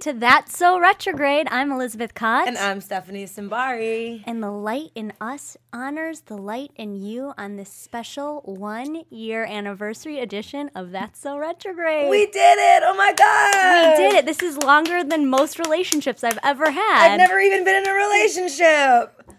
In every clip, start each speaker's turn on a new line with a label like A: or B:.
A: to That's So Retrograde. I'm Elizabeth Cotts.
B: And I'm Stephanie Simbari.
A: And the light in us honors the light in you on this special one year anniversary edition of That's So Retrograde.
B: We did it! Oh my god!
A: We did it. This is longer than most relationships I've ever had.
B: I've never even been in a relationship.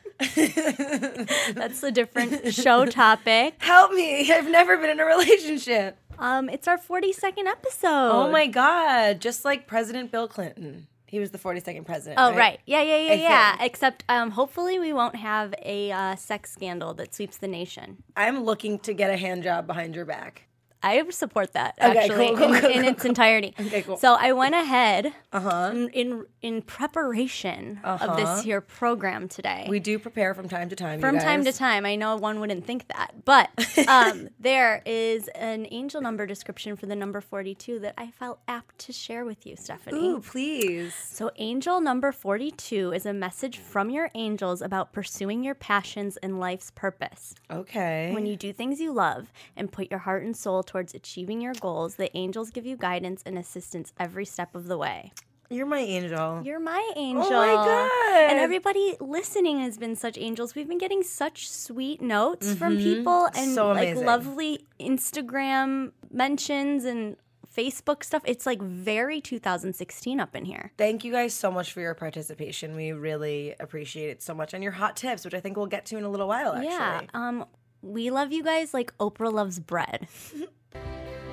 A: That's a different show topic.
B: Help me! I've never been in a relationship.
A: Um, it's our 42nd episode.
B: Oh my god! Just like President Bill Clinton, he was the 42nd president.
A: Oh right, yeah, yeah, yeah,
B: I
A: yeah.
B: think.
A: Except, um, hopefully, we won't have a uh, sex scandal that sweeps the nation.
B: I'm looking to get a hand job behind your back.
A: I support that
B: Okay,
A: actually
B: cool, cool,
A: in,
B: cool,
A: in
B: cool,
A: its entirety.
B: Okay, cool. Uh-huh.
A: So I went ahead in, in in preparation of this here program today.
B: We do prepare from time to time. you
A: From time to
B: guys.
A: time, I know one wouldn't think that, but um, there is an angel number description for the number 42 that I felt apt to share with you, Stephanie.
B: Ooh, please.
A: So, angel number 42 is a message from your angels about pursuing your passions and life's purpose.
B: Okay.
A: When you do things you love and put your heart and soul towards achieving your goals, the angels give you guidance and assistance every step of the way.
B: You're my angel.
A: You're my angel.
B: Oh God.
A: And everybody listening has been such angels. We've been getting such sweet notes from people and
B: Mm-hmm. So
A: like
B: amazing.
A: lovely Instagram mentions and Facebook stuff. It's like very 2016 up in here.
B: Thank you guys so much for your participation. We really appreciate it so much. And your hot tips, which I think we'll get to in a little while, actually.
A: Yeah. Um, we love you guys like Oprah loves bread.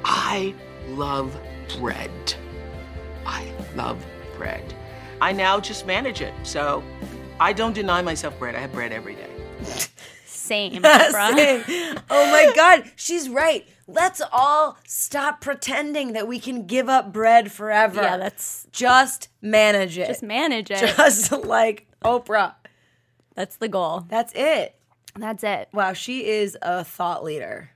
C: I love bread. I love bread. I now just manage it. So I don't deny myself bread. I have bread every day.
A: Same, Oprah.
B: Same. Oh my God, she's right. Let's all stop pretending that we can give up bread forever.
A: Yeah, that's-
B: just manage it.
A: Just manage it.
B: Just like Oprah.
A: That's the goal.
B: That's it.
A: That's it.
B: Wow, she is a thought leader.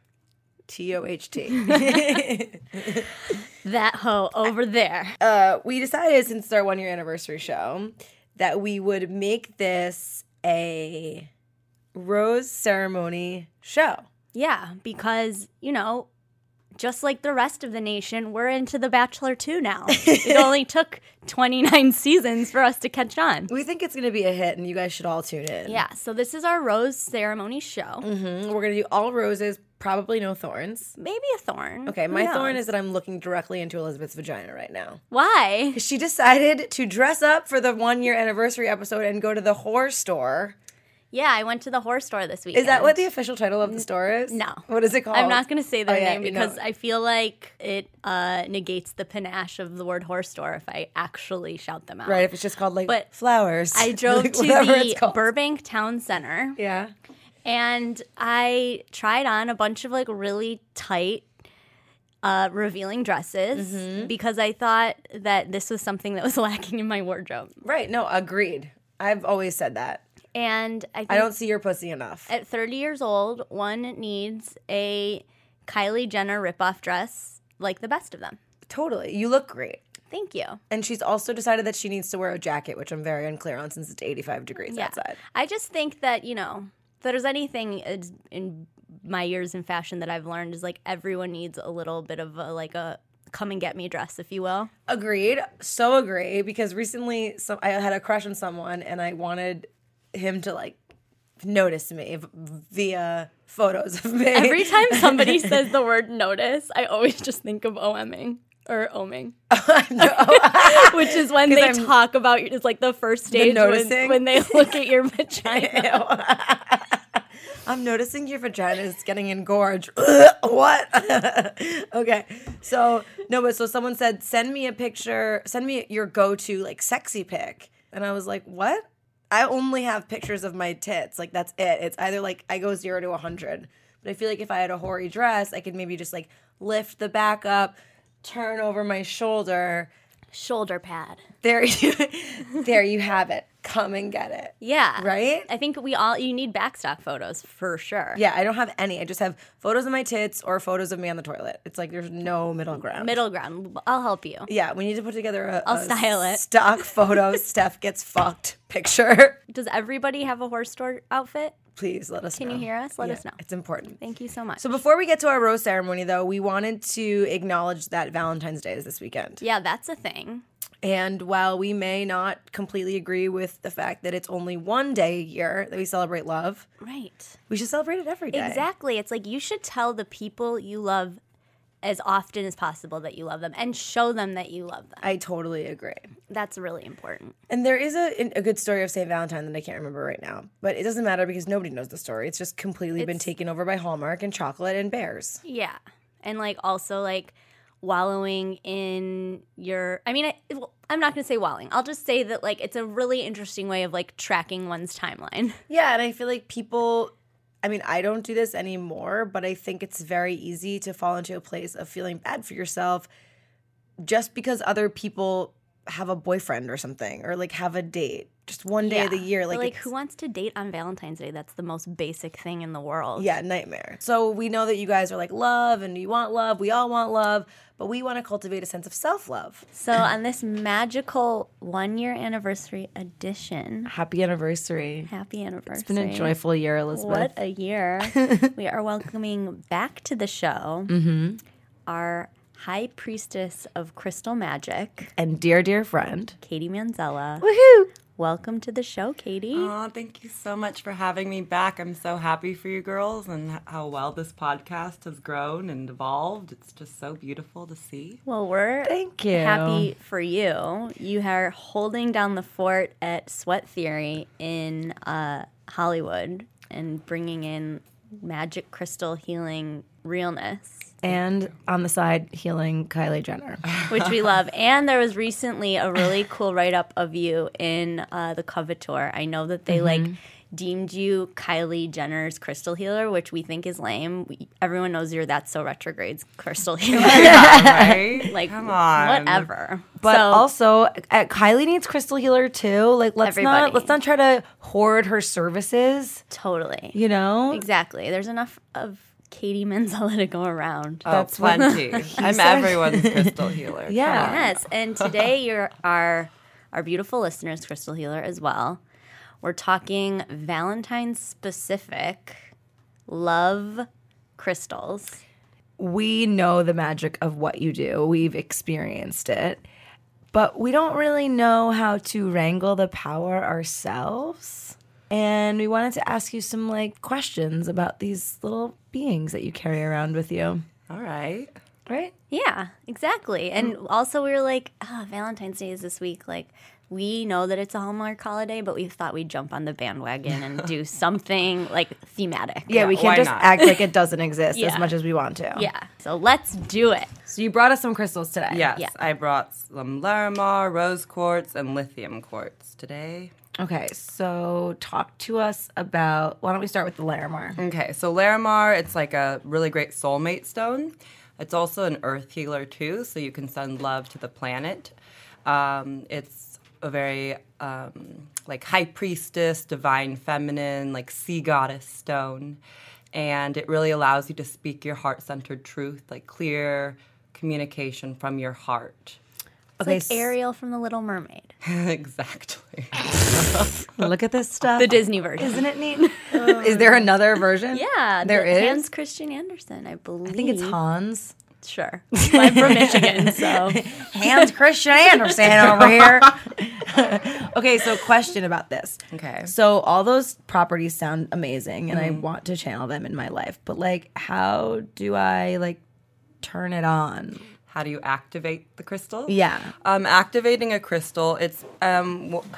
B: T O H T.
A: That hoe over there.
B: uh, we decided since it's our one year anniversary show that we would make this a rose ceremony show.
A: Yeah, because, you know, just like the rest of the nation, we're into The Bachelor too now. it only took 29 seasons for us to catch on.
B: We think it's going to be a hit, and you guys should all tune in.
A: Yeah, so this is our rose ceremony show.
B: Mhm. We're going to do all roses, probably no thorns.
A: Maybe a thorn.
B: Okay,
A: Who
B: my
A: knows?
B: thorn is that I'm looking directly into Elizabeth's vagina right now.
A: Why?
B: She decided to dress up for the one year anniversary episode and go to the whore store.
A: Yeah, I went to the horse store this week.
B: Is that what the official title of the store is?
A: No.
B: What is it called?
A: I'm not going to say their
B: Oh, yeah,
A: name
B: you know.
A: because I feel like it uh, negates the panache of the word horse store if I actually shout them out.
B: Right, if it's just called like
A: But
B: flowers.
A: I drove
B: Like,
A: to
B: whatever it's
A: the
B: called.
A: Burbank Town Center
B: Yeah.
A: and I tried on a bunch of like really tight, uh, revealing dresses because I thought that this was something that was lacking in my wardrobe.
B: Right. No, agreed. I've always said that.
A: And I, think
B: I don't see your pussy enough.
A: at 30 years old, one needs a Kylie Jenner ripoff dress like the best of them.
B: totally. You look great.
A: Thank you.
B: And she's also decided that she needs to wear a jacket, which I'm very unclear on since it's 85 degrees outside.
A: I just think that, you know, if there's anything is- in my years in fashion that I've learned is like everyone needs a little bit of a, like a come and get me dress, if you will.
B: Agreed. So agree. Because recently some, I had a crush on someone and I wanted him to like notice me v- via photos of me.
A: Every time somebody says the word notice, I always just think of OMing or oming,
B: Oh,
A: which is when they
B: I'm-
A: talk about your- it's like the first stage
B: noticing?
A: when, when they look at your vagina.
B: I'm noticing your vagina is getting engorged. what? okay. So no, but so someone said, send me a picture, send me your go-to like sexy pic. And I was like, what? I only have pictures of my tits. Like that's it. It's either like I go zero to a hundred. But I feel like if I had a hoary dress, I could maybe just like lift the back up, turn over my shoulder.
A: Shoulder pad.
B: There you there you have it. Come and get it.
A: Yeah.
B: Right?
A: I think we all you need backstock photos for sure.
B: Yeah, I don't have any. I just have photos of my tits or photos of me on the toilet. It's like there's no middle ground.
A: Middle ground. I'll help you.
B: Yeah, we need to put together a,
A: I'll
B: a
A: style it.
B: stock photo Steph gets fucked picture.
A: Does everybody have a horse store outfit?
B: Please let us
A: Can
B: know.
A: you hear us? Let us know.
B: It's important.
A: Thank you so much.
B: So before we get to our rose ceremony though, we wanted to acknowledge that Valentine's Day is this weekend.
A: yeah, that's a thing.
B: And while we may not completely agree with the fact that it's only one day a year that we celebrate love,
A: Right.
B: we should celebrate it every day.
A: Exactly. It's like you should tell the people you love as often as possible that you love them and show them that you love them.
B: I totally agree.
A: That's really important.
B: And there is a, a good story of St. Valentine that I can't remember right now, but it doesn't matter because nobody knows the story. It's just completely been
A: It's-
B: taken over by Hallmark and chocolate and bears.
A: Yeah. And like also like wallowing in your I mean I well, I'm not going to say wallowing. I'll just say that like it's a really interesting way of like tracking one's timeline.
B: Yeah, and I feel like people I mean, I don't do this anymore, but I think it's very easy to fall into a place of feeling bad for yourself just because other people have a boyfriend or something or like have a date just one day of the
A: Yeah.
B: year
A: But,
B: like,
A: like
B: it's-
A: who wants to date on Valentine's Day? That's the most basic thing in the world.
B: yeah nightmare so we know that you guys are like love and you want love we all want love but we want to cultivate a sense of self-love
A: So on this magical 1 year anniversary edition,
B: happy anniversary
A: happy anniversary.
B: it's been a joyful year elizabeth
A: What a year. we are welcoming back to the show our high priestess of crystal magic,
B: and dear dear friend
A: Katie Manzella.
B: woohoo
A: Welcome to the show, Katie.
D: Aw, thank you so much for having me back. I'm so happy for you girls and h- how well this podcast has grown and evolved. It's just so beautiful to see.
A: well, we're
B: thank you
A: happy for you. You are holding down the fort at Sweat Theory in uh, Hollywood and bringing in magic crystal healing realness,
B: and on the side healing Kylie Jenner.
A: which we love. And there was recently a really cool write up of you in uh, the Covetor. I know that they like.
B: Mm-hmm.
A: Deemed you Kylie Jenner's crystal healer, which we think is lame. We, everyone knows you're that's so retrograde's crystal healer.
D: right?
A: like,
D: come on.
A: whatever.
B: But
A: so,
B: also, uh, Kylie needs crystal healer too. Like let's not
A: Everybody.
B: let's not try to hoard her services.
A: totally,
B: You know,
A: Exactly. There's enough of Katie Manzella to go around.
D: Oh,
B: That's what
D: plenty. I'm everyone's crystal healer. Come
B: Yeah.
D: on.
A: Yes, and today you're our our beautiful listeners, Crystal Healer as well. We're talking Valentine specific love crystals.
B: we know the magic of what you do. We've experienced it, but we don't really know how to wrangle the power ourselves. And we wanted to ask you some like questions about these little beings that you carry around with you,
D: All right.
B: right?
A: Yeah, exactly. And also we were like, oh, Valentine's Day is this week. Like we know that it's a Hallmark holiday, but we thought we'd jump on the bandwagon and do something like thematic.
B: Yeah, we
D: why
B: can't just
D: not?
B: act like it doesn't exist as
A: Yeah.
B: much as we want to.
A: Yeah. So let's do it.
B: So you brought us some crystals today.
D: Yes,
A: Yeah.
D: I brought some Larimar, rose quartz, and lithium quartz today.
B: Okay, so talk to us about. Why don't we start with the Larimar?
D: Okay, so Larimar, it's like a really great soulmate stone. It's also an earth healer too, so you can send love to the planet. Um, it's a very um, like high priestess, divine feminine, like sea goddess stone, and it really allows you to speak your heart-centered truth, like clear communication from your heart.
A: It's
B: Okay,
A: like
B: s-
A: Ariel from The Little Mermaid.
D: exactly.
B: Look at this stuff.
A: The Disney version.
B: Isn't it neat? Is there another version?
A: Yeah,
B: there
A: the
B: is.
A: Hans Christian Andersen, I believe.
B: I think it's Hans.
A: Sure, I'm from Michigan, so
B: Hans Christian Andersen over here. okay, so question about this.
D: Okay. Mm-hmm.
B: So all those properties sound amazing, and I want to channel them in my life. But like, how do I like turn it on?
D: How do you activate the crystal?
B: Yeah.
D: Um, activating a crystal, it's um, w-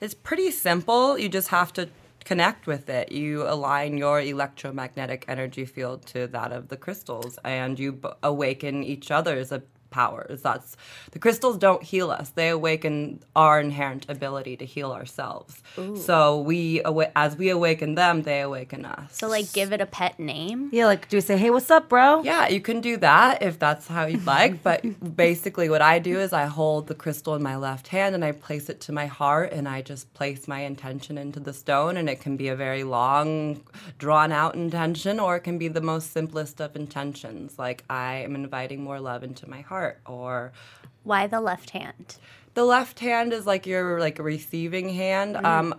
D: it's pretty simple. You just have to connect with it. You align your electromagnetic energy field to that of the crystals, and you b- awaken each other's uh, powers. That's the crystals don't heal us; they awaken our inherent ability to heal ourselves. So we, awa- as we awaken them, they awaken us.
A: so like give it a pet name.
B: Yeah, like, do we say, "Hey, what's up, bro"?
D: Yeah, you can do that if that's how you'd like. But basically, what I do is I hold the crystal in my left hand and I place it to my heart and I just place my intention into the stone. And it can be a very long, drawn out intention, or it can be the most simplest of intentions. Like, I am inviting more love into my heart, or
A: Why the left hand?
B: Mm-hmm.
D: the left hand is like your like receiving hand um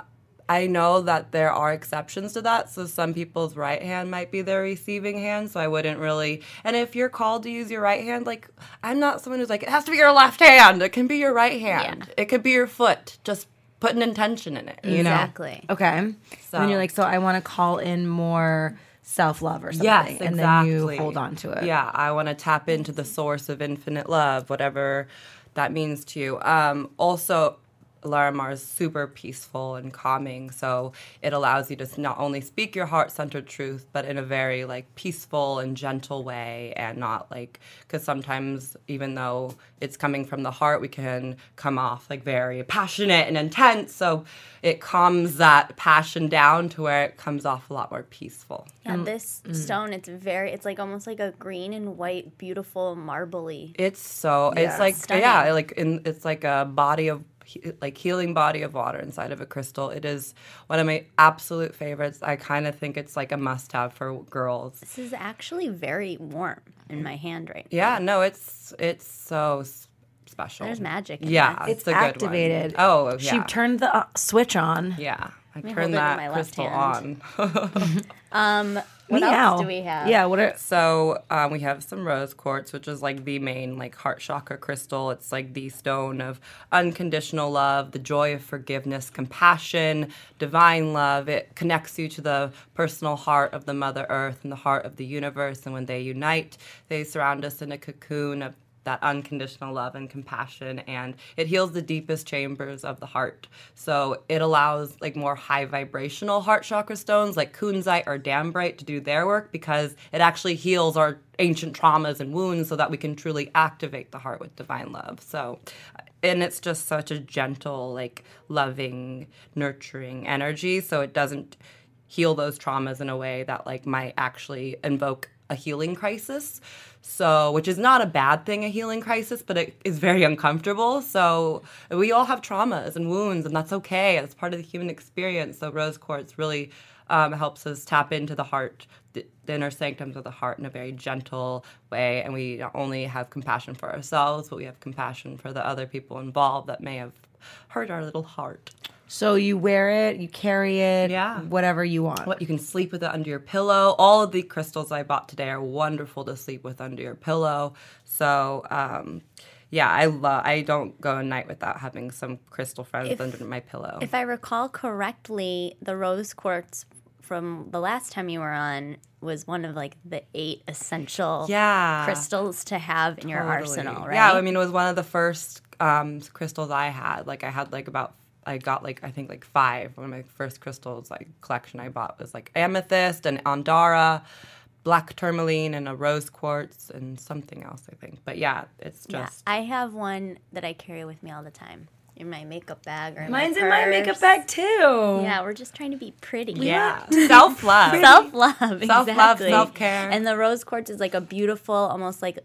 D: I know that there are exceptions to that. So some people's right hand might be their receiving hand. So I wouldn't really. And if you're called to use your right hand, like I'm not someone who's like, it has to be your left hand. It can be your right hand. It could be your foot. Just put an intention in it, you know?
A: exactly.
B: Okay. So. And
D: So-
B: you're like, so I want to call in more self love or something.
D: Yes,
B: And then
D: exactly.
B: you hold on to it.
D: Yeah, I want to tap into the source of infinite love, whatever that means to you. Um, also, Larimar is super peaceful and calming, so it allows you to s- not only speak your heart-centered truth, but in a very like peaceful and gentle way, and not like because sometimes even though it's coming from the heart, we can come off like very passionate and intense. So it calms that passion down to where it comes off a lot more peaceful.
A: Yeah,
B: Um,
A: this
B: mm.
A: stone, it's very, it's like almost like a green and white, beautiful, marbly.
D: It's so
B: Yeah.
D: it's like
A: Stunning.
D: yeah, like in it's like a body of he- like healing body of water inside of a crystal. It is one of my absolute favorites. I kind of think it's like a must have for girls.
A: This is actually very warm in my hand right now.
D: Yeah, no, it's it's so s- special.
A: There's magic in
D: Yeah,
A: that.
B: It's
D: a good one.
B: activated.
D: Oh, yeah.
B: She turned the uh, switch on.
D: yeah, I
A: me hold
D: turned
A: it in
D: that
A: my left
D: crystal
A: hand.
D: on.
A: Um, what
B: Meow.
A: else do we have?
B: Yeah, what are
D: So um, we have some rose quartz, which is like the main like heart chakra crystal. It's like the stone of unconditional love, the joy of forgiveness, compassion, divine love. It connects you to the personal heart of the Mother Earth and the heart of the universe. And when they unite, they surround us in a cocoon of that unconditional love and compassion and it heals the deepest chambers of the heart so it allows like more high vibrational heart chakra stones like kunzite or dambrite to do their work because it actually heals our ancient traumas and wounds so that we can truly activate the heart with divine love so and it's just such a gentle like loving nurturing energy so it doesn't heal those traumas in a way that like might actually invoke a healing crisis so which is not a bad thing a healing crisis but it is very uncomfortable so we all have traumas and wounds and that's okay it's part of the human experience so rose quartz really um, helps us tap into the heart the, the inner sanctums of the heart in a very gentle way and we not only have compassion for ourselves but we have compassion for the other people involved that may have hurt our little heart
B: so you wear it, you carry it,
D: Yeah.
B: whatever you want.
D: what you can sleep with it under your pillow. All of the crystals I bought today are wonderful to sleep with under your pillow. So, um, yeah, I love. I don't go a night without having some crystal friends under my pillow.
A: If I recall correctly, the rose quartz from the last time you were on was one of like the eight essential
D: yeah,
A: crystals to have in your arsenal, right?
D: Yeah, I mean, it was one of the first um, crystals I had. Like, I had like about. I got like I think like five. One of my first crystals like collection I bought was like amethyst and andara, black tourmaline and a rose quartz and something else I think. But yeah, it's
A: Yeah,
D: just
A: I have one that I carry with me all the time in my makeup bag or in
B: Mine's
A: my
B: in my
A: purse.
B: makeup bag too.
A: Yeah, we're just trying to be pretty.
D: Yeah. Self love.
A: Self love, exactly.
D: Self-love, self-care.
A: And the rose quartz is like a beautiful, almost like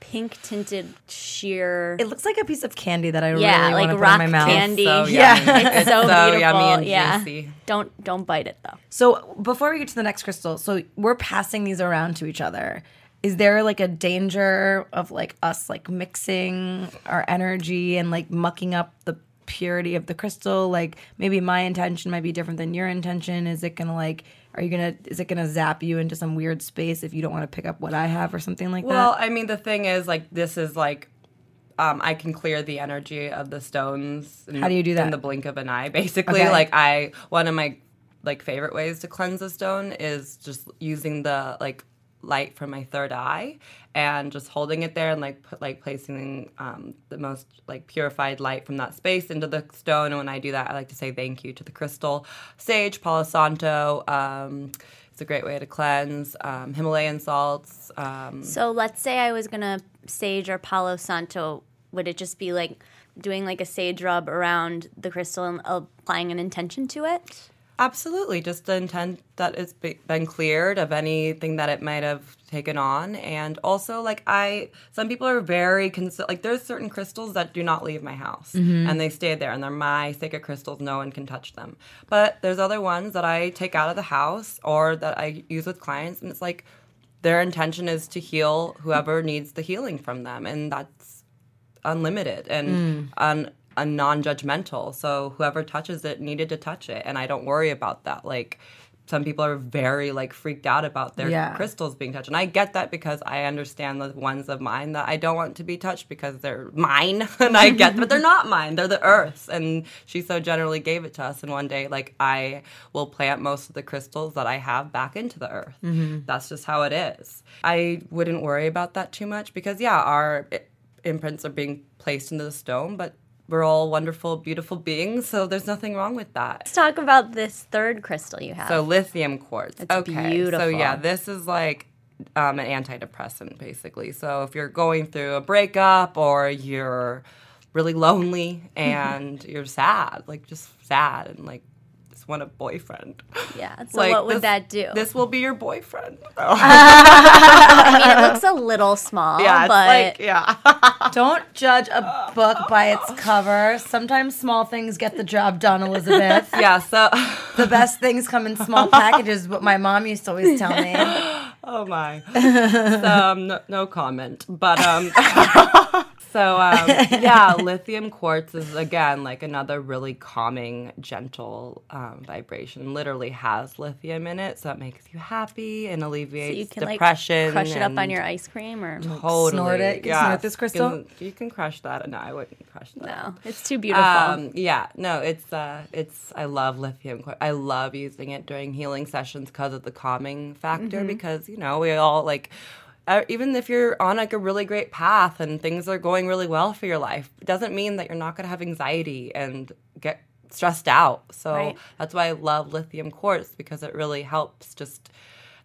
A: pink tinted sheer.
B: It looks like a piece of candy that I
A: yeah,
B: really want to
A: like
B: put in
A: rock
B: my mouth.
A: candy.
D: So
B: Yeah.
D: yummy.
A: it's so,
D: so
A: beautiful.
D: yummy and
A: yeah,
D: juicy.
A: don't don't bite it though.
B: So before we get to the next crystal, so we're passing these around to each other. Is there like a danger of like us like mixing our energy and like mucking up the purity of the crystal? Like maybe my intention might be different than your intention. Is it gonna like are you gonna is it gonna zap you into some weird space if you don't want to pick up what I have or something like
D: Well,
B: that?
D: I mean, the thing is, like, this is like, um, I can clear the energy of the stones. In,
B: How do you do
D: In
B: that?
D: the blink of an eye, basically.
B: Okay.
D: Like, I one of my like favorite ways to cleanse a stone is just using the like light from my third eye and just holding it there and like put like placing um, the most like purified light from that space into the stone and when i do that i like to say thank you to the crystal sage palo santo um, it's a great way to cleanse um, himalayan salts um,
A: So let's say I was gonna sage or Palo Santo, would it just be like doing like a sage rub around the crystal and applying an intention to it?
D: Absolutely, just the intent that it's be- been cleared of anything that it might have taken on, and also like I, some people are very cons- like there's certain crystals that do not leave my house and they stay there and they're my sacred crystals. No one can touch them. But there's other ones that I take out of the house or that I use with clients, and it's like their intention is to heal whoever needs the healing from them, and that's unlimited and un- a non-judgmental. So whoever touches it needed to touch it, and I don't worry about that. Like some people are very like freaked out about their
B: Yeah.
D: crystals being touched, and I get that because I understand the ones of mine that I don't want to be touched because they're mine, and I get, but they're not mine. They're the Earth's, and she so generally gave it to us. And one day, like I will plant most of the crystals that I have back into the Earth. That's just how it is. I wouldn't worry about that too much because yeah, our imprints are being placed into the stone, but we're all wonderful, beautiful beings, so there's nothing wrong with that.
A: Let's talk about this third crystal you have.
D: So lithium quartz.
A: It's
D: okay. So
A: beautiful.
D: yeah, this is like um, an antidepressant basically. So if you're going through a breakup or you're really lonely and you're sad, like just sad and like just want a boyfriend.
A: yeah. So what would
D: this-
A: that do?
D: This will be your boyfriend.
A: I mean, it looks a little small,
D: yeah, it's
A: but
D: Oh, like yeah.
B: Don't judge a book by its cover. Sometimes small things get the job done, Elizabeth.
D: yeah, so
B: The best things come in small packages, what my mom used to always tell me.
D: Oh my. so, um, no, no comment. But um, so um, yeah, lithium quartz is again like another really calming, gentle um, vibration. Literally has lithium in it, so it makes you happy and
A: so
D: alleviates
A: you can like crush
D: depression.
A: it up on
D: and
A: your ice cream or
D: totally.
B: Snort it. You can
D: yeah.
B: snort this crystal?
D: You can, you can crush that. No, I wouldn't crush that.
A: no. oh, It's too beautiful.
D: Um, yeah, no, it's uh, it's I love lithium. qu- I love using it during healing sessions because of the calming factor.
A: Mm-hmm.
D: Because you know we all like. Uh, even if you're on like a really great path and things are going really well for your life, it doesn't mean that you're not going to have anxiety and get stressed out. So
A: Right.
D: that's why I love lithium quartz because it really helps just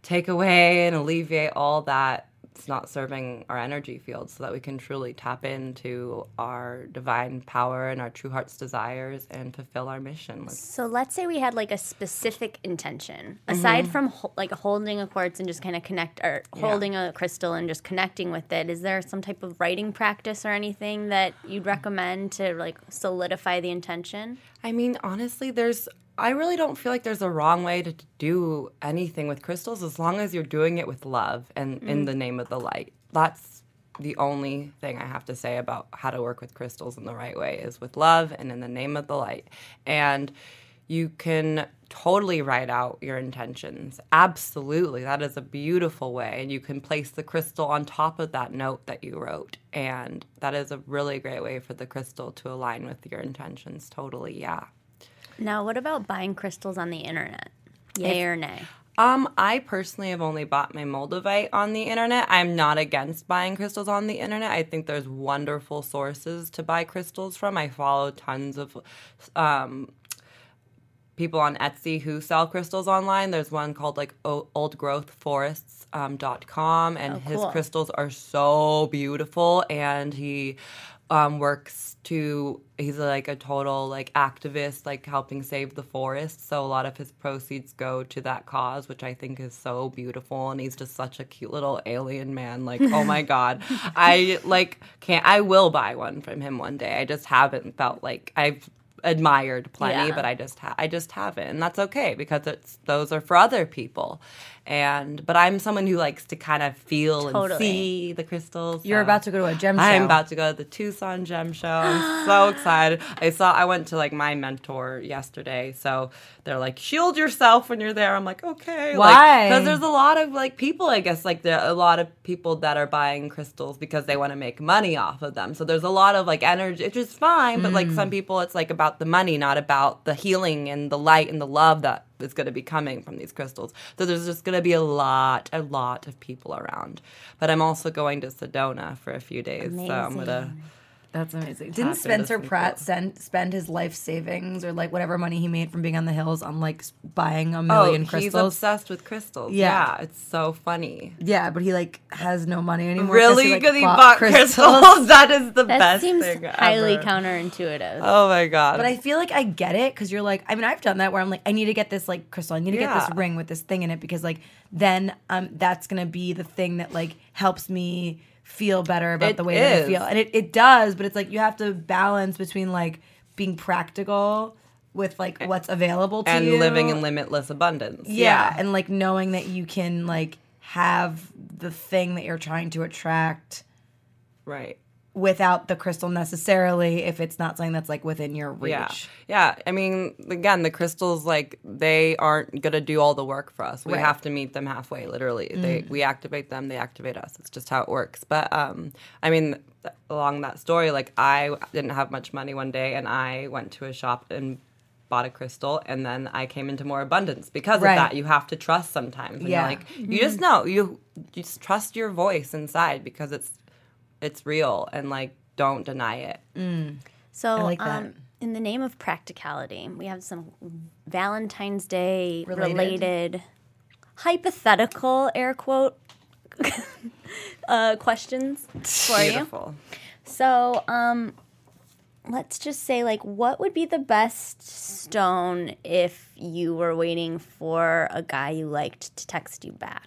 D: take away and alleviate all that it's not serving our energy field so that we can truly tap into our divine power and our true heart's desires and fulfill our mission. Like,
A: So let's say we had like a specific intention aside from ho- like holding a quartz and just kind of connect or holding a crystal and just connecting with it. Is there some type of writing practice or anything that you'd recommend to like solidify the intention?
D: I mean, honestly, there's I really don't feel like there's a wrong way to do anything with crystals as long as you're doing it with love and in the name of the light. That's the only thing I have to say about how to work with crystals in the right way is with love and in the name of the light. And you can totally write out your intentions. Absolutely. That is a beautiful way. And you can place the crystal on top of that note that you wrote. And that is a really great way for the crystal to align with your intentions. Totally. Yeah.
A: Now, what about buying crystals on the internet? Yay or nay?
D: Um, I personally have only bought my Moldavite on the internet. I'm not against buying crystals on the internet. I think there's wonderful sources to buy crystals from. I follow tons of um, people on Etsy who sell crystals online. There's one called like o- oldgrowthforests.com, and his
A: Oh, cool.
D: crystals are so beautiful. And he um, works to, he's like a total like activist, like helping save the forest. So a lot of his proceeds go to that cause, which I think is so beautiful. And he's just such a cute little alien man. Like, oh my God. I like can't, I will buy one from him one day. I just haven't felt like I've, admired plenty
A: Yeah.
D: but I just ha- I just haven't, and that's okay because it's those are for other people, and but I'm someone who likes to kind of feel and
A: Totally.
D: see the crystals.
B: You're
D: so-
B: about to go to a gem show.
D: I'm about to go to the Tucson Gem Show. I'm so excited. I saw I went to like my mentor yesterday, so they're like, shield yourself when you're there. I'm like, okay,
B: Why?
D: Because there's a lot of like people, I guess, like there are a lot of people that are buying crystals because they want to make money off of them. So there's a lot of like energy, which is fine, but like
B: Mm.
D: some people, it's like about the money, not about the healing and the light and the love that is going to be coming from these crystals. So there's just going to be a lot, a lot of people around. But I'm also going to Sedona for a few days, so I'm gonna.
B: That's amazing. Didn't
D: Happened to
B: Spencer
D: some
B: Pratt
D: people.
B: send, spend his life savings or like whatever money he made from being on the hills on like s- buying a
D: Oh,
B: million
D: he's
B: crystals?
D: obsessed with crystals.
B: Yeah.
D: Yeah, it's so funny.
B: yeah, but he like has no money anymore. 'cause
D: Really,
B: like,
D: because he bought crystals. that is the
A: That
D: best
A: seems
D: thing
A: highly
D: ever.
A: counterintuitive.
D: Oh my god!
B: But I feel like I get it because you're like, I mean, I've done that where I'm like, I need to get this like crystal, I need to get
D: Yeah.
B: this ring with this thing in it because like then um that's gonna be the thing that like helps me feel better about
D: It
B: the way that I
D: is.
B: feel, and it it does, but it's like you have to balance between like being practical with like what's available to
D: Eh, and
B: you
D: living in limitless abundance.
B: yeah, and like knowing that you can like have the thing that you're trying to attract
D: right.
B: without the crystal necessarily if it's not something that's like within your reach.
D: Yeah. Yeah. I mean, again, the crystals, like, they aren't going to do all the work for us. We
B: Right. Mm.
D: have to meet them halfway, literally. They, we activate them, they activate us. It's just how it works. But, um, I mean, th- along that story, like, I didn't have much money one day and I went to a shop and bought a crystal and then I came into more abundance because
B: Right.
D: of that. You have to trust sometimes. And
B: Yeah. Mm-hmm.
D: yeah. Like, you just know, you, you just trust your voice inside because it's, it's real and, like, don't deny it.
A: So,
B: like that.
A: um, in the name of practicality, we have some Valentine's Day
B: Related.
A: related, hypothetical air quote uh, questions for you.
D: Beautiful.
A: So, um, let's just say, like, what would be the best stone if you were waiting for a guy you liked to text you back?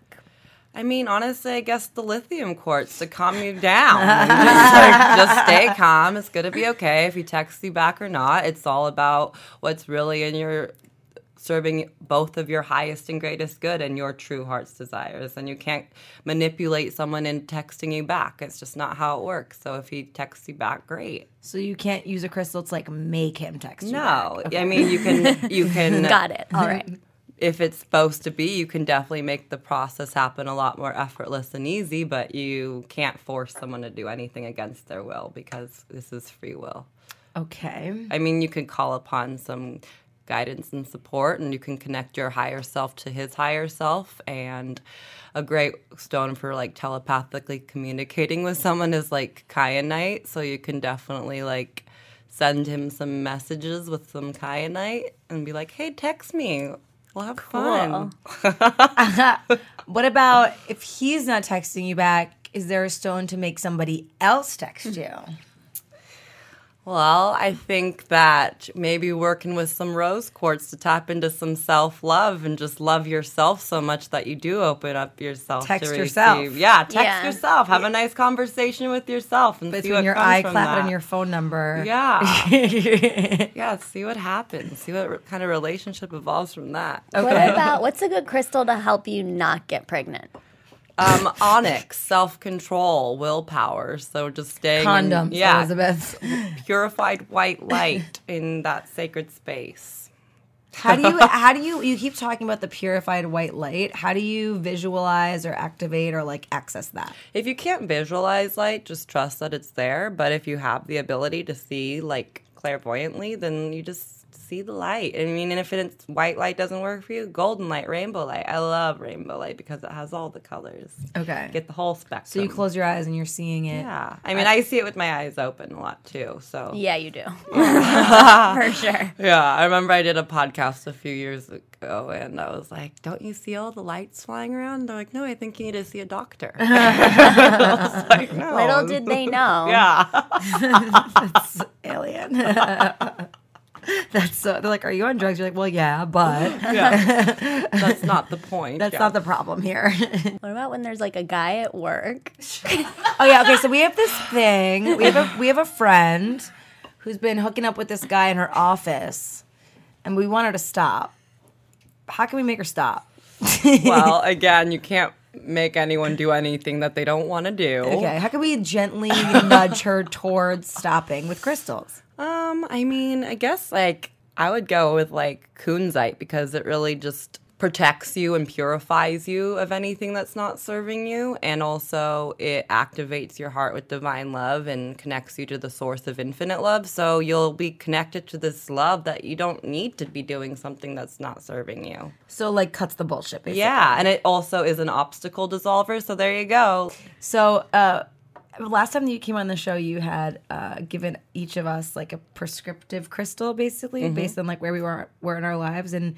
D: I mean, honestly, I guess the lithium quartz to calm you down. just, like, just stay calm. It's going to be okay if he texts you back or not. It's all about what's really in your serving both of your highest and greatest good and your true heart's desires. And you can't manipulate someone in texting you back. It's just not how it works. So if he texts you back, great.
B: So you can't use a crystal to like make him text you. back.
D: No, I mean you can you can
A: Got it. All right.
D: if it's supposed to be, you can definitely make the process happen a lot more effortless and easy, but you can't force someone to do anything against their will because this is free will.
B: Okay.
D: I mean, you can call upon some guidance and support, and you can connect your higher self to his higher self. And a great stone for like telepathically communicating with someone is like kyanite. So you can definitely like send him some messages with some kyanite and be like, hey, text me. We'll have fun.
B: What about if he's not texting you back? Is there a stone to make somebody else text you?
D: Well, I think that maybe working with some rose quartz to tap into some self love and just love yourself so much that you do open up yourself.
B: Text
D: to
B: yourself.
D: receive- Yeah, text
A: Yeah.
D: yourself. Have a nice conversation with yourself and see
B: Between
D: what
B: your
D: comes
B: eye
D: from
B: clap and
D: that.
B: your phone number.
D: yeah, yeah. See what happens. See what re- kind of relationship evolves from that.
A: What about what's a good crystal to help you not get pregnant?
D: Um, onyx, self control, willpower. So just staying in-
B: Condoms,
D: yeah,
B: Elizabeth.
D: purified white light in that sacred space.
B: How do you how do you you keep talking about the purified white light? How do you visualize or activate or like access that?
D: If you can't visualize light, just trust that it's there. But if you have the ability to see like clairvoyantly, then you just see the light. I mean, and if it's white light doesn't work for you, golden light, rainbow light. I love rainbow light because it has all the colors.
B: Okay.
D: Get the whole spectrum.
B: so you close your eyes and you're seeing it.
D: Yeah. I mean, I see it with my eyes open a lot too. So
A: Yeah, you do. For sure.
D: Yeah, I remember I did a podcast a few years ago, and I was like, "Don't you see all the lights flying around?" They're like, "No, I think you need to see a doctor." I was like, "No."
A: Little did they know.
D: Yeah.
B: Alien. That's so they're like, Are you on drugs? You're like, Well yeah, but
D: yeah. That's not the point.
B: that's
D: yeah.
B: not the problem here.
A: What about when there's like a guy at work?
B: Oh yeah, okay. So we have this thing. We have a we have a friend who's been hooking up with this guy in her office, and we want her to stop. How can we make her stop?
D: Well, again, you can't make anyone do anything that they don't want to do.
B: Okay, how can we gently nudge her towards stopping with crystals?
D: Um, I mean, I guess like I would go with like kunzite because it really just protects you and purifies you of anything that's not serving you and also it activates your heart with divine love and connects you to the source of infinite love so you'll be connected to this love that you don't need to be doing something that's not serving you
B: So like cuts the bullshit. Basically.
D: yeah and it also is an obstacle dissolver so there you go
B: So uh, last time that you came on the show, you had uh, given each of us like a prescriptive crystal, basically
A: Mm-hmm.
B: based on like where we were were in our lives, and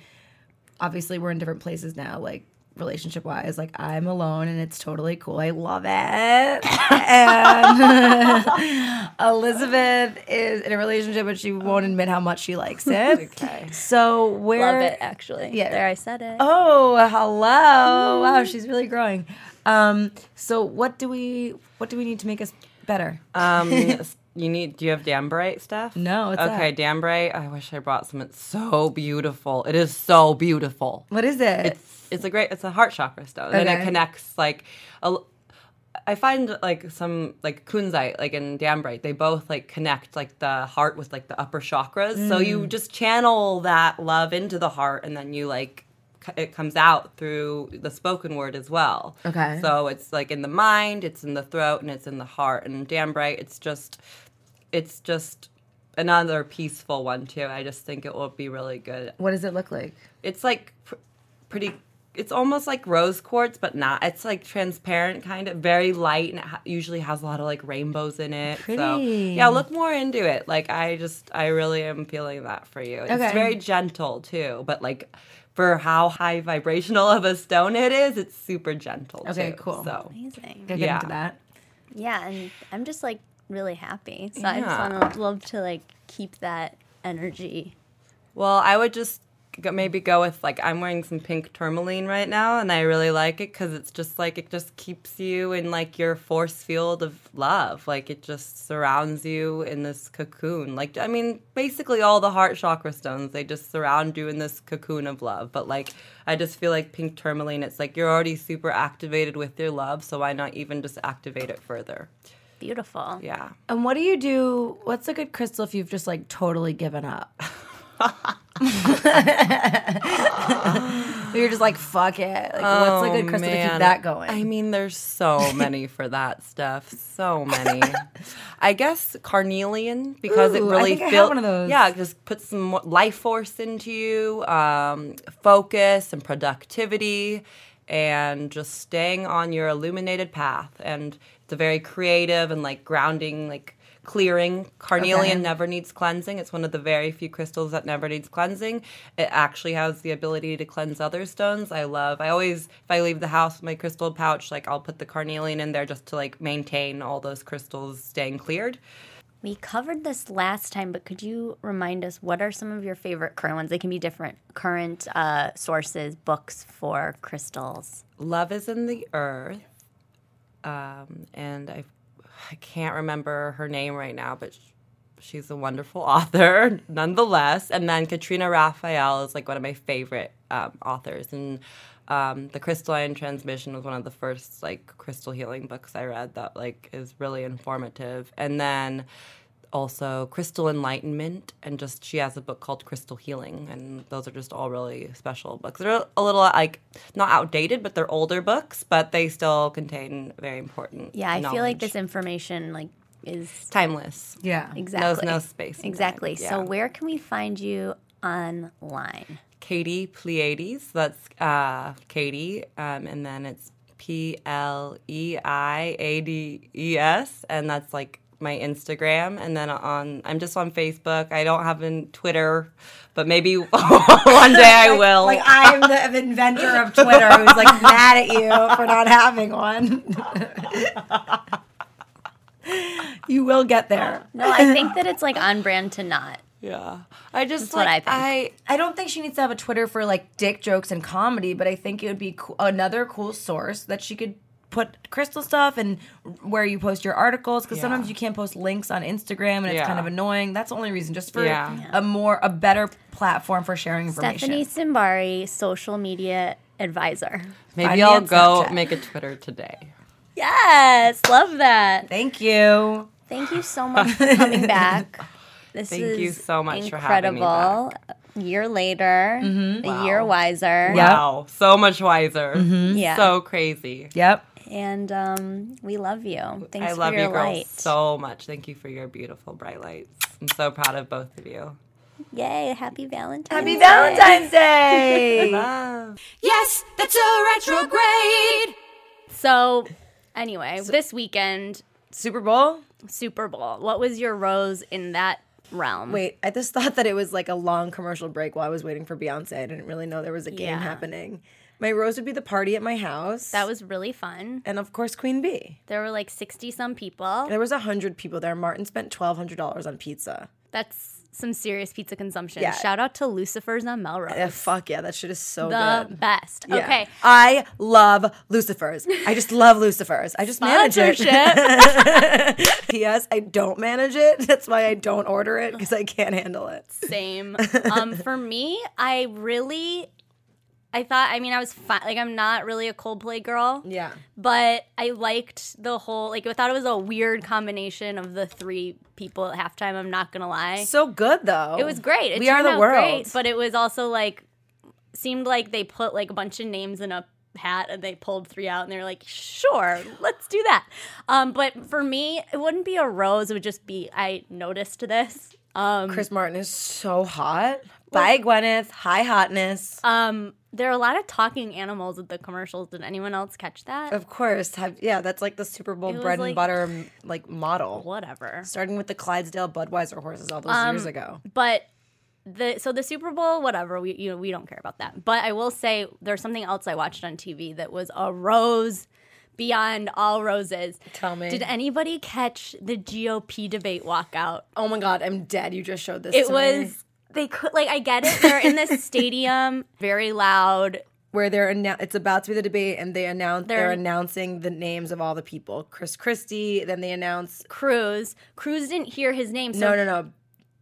B: obviously we're in different places now, like relationship wise. Like I'm alone, and it's totally cool. I love it. and Elizabeth is in a relationship, but she won't admit how much she likes it. okay. So where?
A: Love it, actually.
B: Yeah.
A: There, I said it.
B: Oh, hello! Wow, she's really growing. Um, so what do we what do we need to make us better?
D: Um, s- you need. Do you have Dambrite stuff?
B: No, what's
D: okay.
B: that?
D: Dambrite. I wish I brought some. It's so beautiful. It is so beautiful.
B: what is it?
D: It's it's a great. It's a heart chakra stone, and
B: Okay.
D: it connects like a. l- I find like some like kunzite like and dambrite they both like connect like the heart with like the upper chakras. So
B: Mm.
D: you just channel that love into the heart, and then you like c- it comes out through the spoken word as well.
B: Okay.
D: So it's like in the mind, it's in the throat, and it's in the heart. And dambrite, it's just it's just another peaceful one too. I just think it will be really good
B: What does it look like?
D: it's like pr- pretty it's almost like rose quartz but not it's like transparent kind of very light and it ha- usually has a lot of like rainbows in it so
B: Pretty.
D: yeah look more into it like i just i really am feeling that for you it's
B: Okay.
D: very gentle too but like for how high vibrational of a stone it is it's super gentle
B: Okay,
D: too.
B: cool.
D: so
A: Amazing.
B: Get
D: Yeah.
B: into that.
A: Yeah, and I'm just like really happy. So I just
D: Yeah.
A: want to love to like keep that energy.
D: Well, I would just go, maybe go with like I'm wearing some pink tourmaline right now, and I really like it because it's just like it just keeps you in like your force field of love. Like it just surrounds you in this cocoon. Like I mean, basically all the heart chakra stones they just surround you in this cocoon of love. But like I just feel like pink tourmaline. It's like you're already super activated with your love, so why not even just activate it further?
A: Beautiful.
D: Yeah.
B: And what do you do? What's a good crystal if you've just like totally given up? You're just like fuck it. Like, what's a good
D: Oh,
B: crystal to keep
D: man.
B: that going?
D: I mean, there's so many for that stuff. So many. I guess carnelian because
B: Ooh,
D: it
B: I
D: really
B: think I have
D: fill-
B: one of those.
D: Yeah, just put some more life force into you, um, focus and productivity, and just staying on your illuminated path. And it's a very creative and like grounding, like clearing. Carnelian never needs cleansing. It's one of the very few crystals that never needs cleansing. It actually has the ability to cleanse other stones. I love. I always, if I leave the house with my crystal pouch, like I'll put the carnelian in there just to like maintain all those crystals staying cleared.
A: We covered this last time, but could you remind us what are some of your favorite current ones? They can be different current uh, sources, books for crystals.
D: Love is in the Earth. Um, and I, I can't remember her name right now, but sh- she's a wonderful author nonetheless. And then Katrina Raphael is like one of my favorite um, authors. And um, The Crystalline Transmission was one of the first like crystal healing books I read that like is really informative. And then also crystal enlightenment and just she has a book called crystal healing and those are just all really special books they're a little like not outdated but they're older books but they still contain very important
A: Yeah, I feel like
D: knowledge.
A: this information like is
D: timeless
B: yeah.
A: exactly
D: no space in
A: Exactly.
D: time,
A: So
D: yeah.
A: where can we find you online?
D: katie pleiades that's uh katie um and then it's E p-l-e-i-a-d-e-s E and that's like my Instagram and then on I'm just on Facebook. I don't have an Twitter, but maybe one day I will.
B: Like I'm the inventor of Twitter who's like mad at you for not having one. you will get there.
A: No, I think that it's like on brand to not.
D: Yeah. I just
A: what
D: like
A: I
D: I,
B: I don't think she needs to have a Twitter for like dick jokes and comedy, but I think it would be co- another cool source that she could put crystal stuff and where you post your articles because sometimes you can't post links on Instagram and it's
D: Yeah.
B: kind of annoying. That's the only reason, just for
D: Yeah. Yeah.
B: a more a better platform for sharing information.
A: Stephanie Simbari, social media advisor.
D: maybe
B: me
D: I'll
B: on
D: go
B: Snapchat.
D: make a Twitter today.
A: Yes, love that.
B: Thank you.
A: Thank you so much for coming back. This
D: Thank
A: is
D: you so much for having
A: incredible.
D: me Mm-hmm.
A: A year later, a year wiser.
B: Yeah.
D: Wow. So much wiser.
A: Mm-hmm. Yeah.
D: So crazy.
B: Yep.
A: And um, we love you. Thanks
D: I love
A: for
D: you
A: your
D: girls
A: light.
D: so much. Thank you for your beautiful bright lights. I'm so proud of both of you.
A: Yay, happy Valentine's
B: Happy
A: Day.
B: Valentine's Day.
D: Love.
E: Yes, that's a retrograde.
A: So, anyway, this weekend,
B: Super Bowl?
A: Super Bowl. What was your rose in that realm?
B: Wait, I just thought that it was like a long commercial break while I was waiting for Beyonce. I didn't really know there was a game
A: Yeah.
B: happening. My rose would be the party at my house.
A: That was really fun.
B: and of course Queen Bee.
A: There were like 60 some people.
B: There was a hundred people there. Martin spent twelve hundred dollars on pizza.
A: That's some serious pizza consumption.
B: Yeah.
A: Shout out to Lucifer's on Melrose.
B: Eh, fuck yeah, that shit is so
A: the
B: good.
A: best.
B: Yeah.
A: Okay.
B: I love Lucifers. I just love Lucifers. I just manage it.
A: Sponsorship.
B: P.S. I don't manage it. That's why I don't order it because I can't handle it.
A: Same. Um, for me, I really I thought. I mean, I was fine. Like, I'm not really a Coldplay girl.
B: Yeah.
A: But I liked the whole. Like, I thought it was a weird combination of the three people at halftime. I'm not gonna lie.
B: So good though.
A: it was great. It
B: we are
A: turned
B: the
A: out
B: world.
A: Great, but it was also like seemed like they put like a bunch of names in a hat and they pulled three out and they were like, sure, let's do that. Um, but for me, it wouldn't be a rose. It would just be I noticed this. Um,
B: Chris Martin is so hot. Bye, Gwyneth. High hotness.
A: um, there are a lot of talking animals at the commercials. Did anyone else catch that?
B: of course. Have, yeah, that's like the Super Bowl
A: was
B: bread and
A: like-
B: butter m- like model.
A: Whatever.
B: Starting with the Clydesdale Budweiser horses all those years ago.
A: But the so the Super Bowl, whatever, we you know, we don't care about that. But I will say there's something else I watched on TV that was a rose beyond all roses.
B: Tell me.
A: Did anybody catch the GOP debate walkout?
B: Oh my god, I'm dead. You just showed this. to
A: It
B: me.
A: was they could like I get it. They're in this stadium, very loud.
B: where they're annou- it's about to be the debate and they announce they're,
A: They're-
B: announcing the names of all the people. Chris Christie, then they announce
A: Cruz. Cruz didn't hear his name. So
B: No, no, no.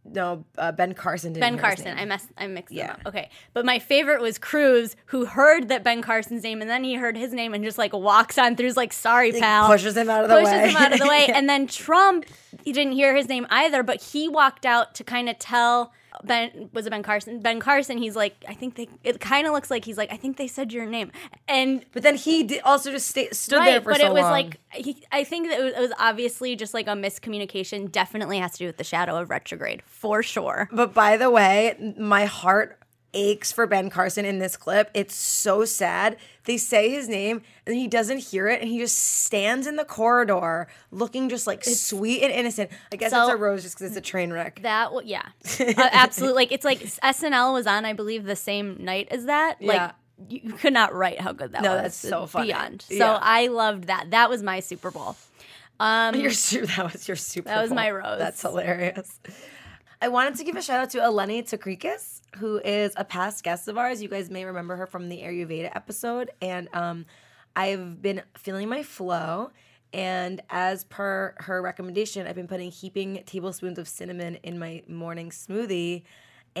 B: No, uh, Ben Carson didn't
A: Ben
B: hear his
A: Carson.
B: name.
A: I mess I mixed
B: Yeah.
A: them up. Okay. But my favorite was Cruz, who heard that Ben Carson's name and then he heard his name and just like walks on through is like, sorry, pal.
B: pushes him out of the
A: pushes
B: way.
A: him out of the way. And then Trump, he didn't hear his name either, but he walked out to kind of tell Ben was it Ben Carson? Ben Carson, he's like, I think they it kind of looks like he's like, I think they said your name. And
B: But then he did also just sta- stood
A: right,
B: there for
A: but
B: so
A: it was
B: long.
A: like he, I think that it was, it was obviously just like a miscommunication. Definitely has to do with the shadow of retrograde for sure.
B: But by the way, my heart aches for Ben Carson in this clip. It's so sad. They say his name and he doesn't hear it and he just stands in the corridor looking just like sweet and innocent. I guess
A: So-
B: it's a rose just because it's a train wreck.
A: That w- yeah, uh, absolutely. Like it's like SNL was on, I believe, the same night as that. Like
B: Yeah.
A: you you could not write how good that
B: No,
A: was.
B: that's so
A: It's
B: funny.
A: Beyond. So
B: Yeah.
A: I loved that. That was my Super Bowl. Um,
B: your su- that was your super.
A: That was
B: Bowl.
A: my rose.
B: That's hilarious. I wanted to give a shout out to Eleni Takrikis, who is a past guest of ours. You guys may remember her from the Ayurveda episode. And um, I've been feeling my flow. And as per her recommendation, I've been putting heaping tablespoons of cinnamon in my morning smoothie.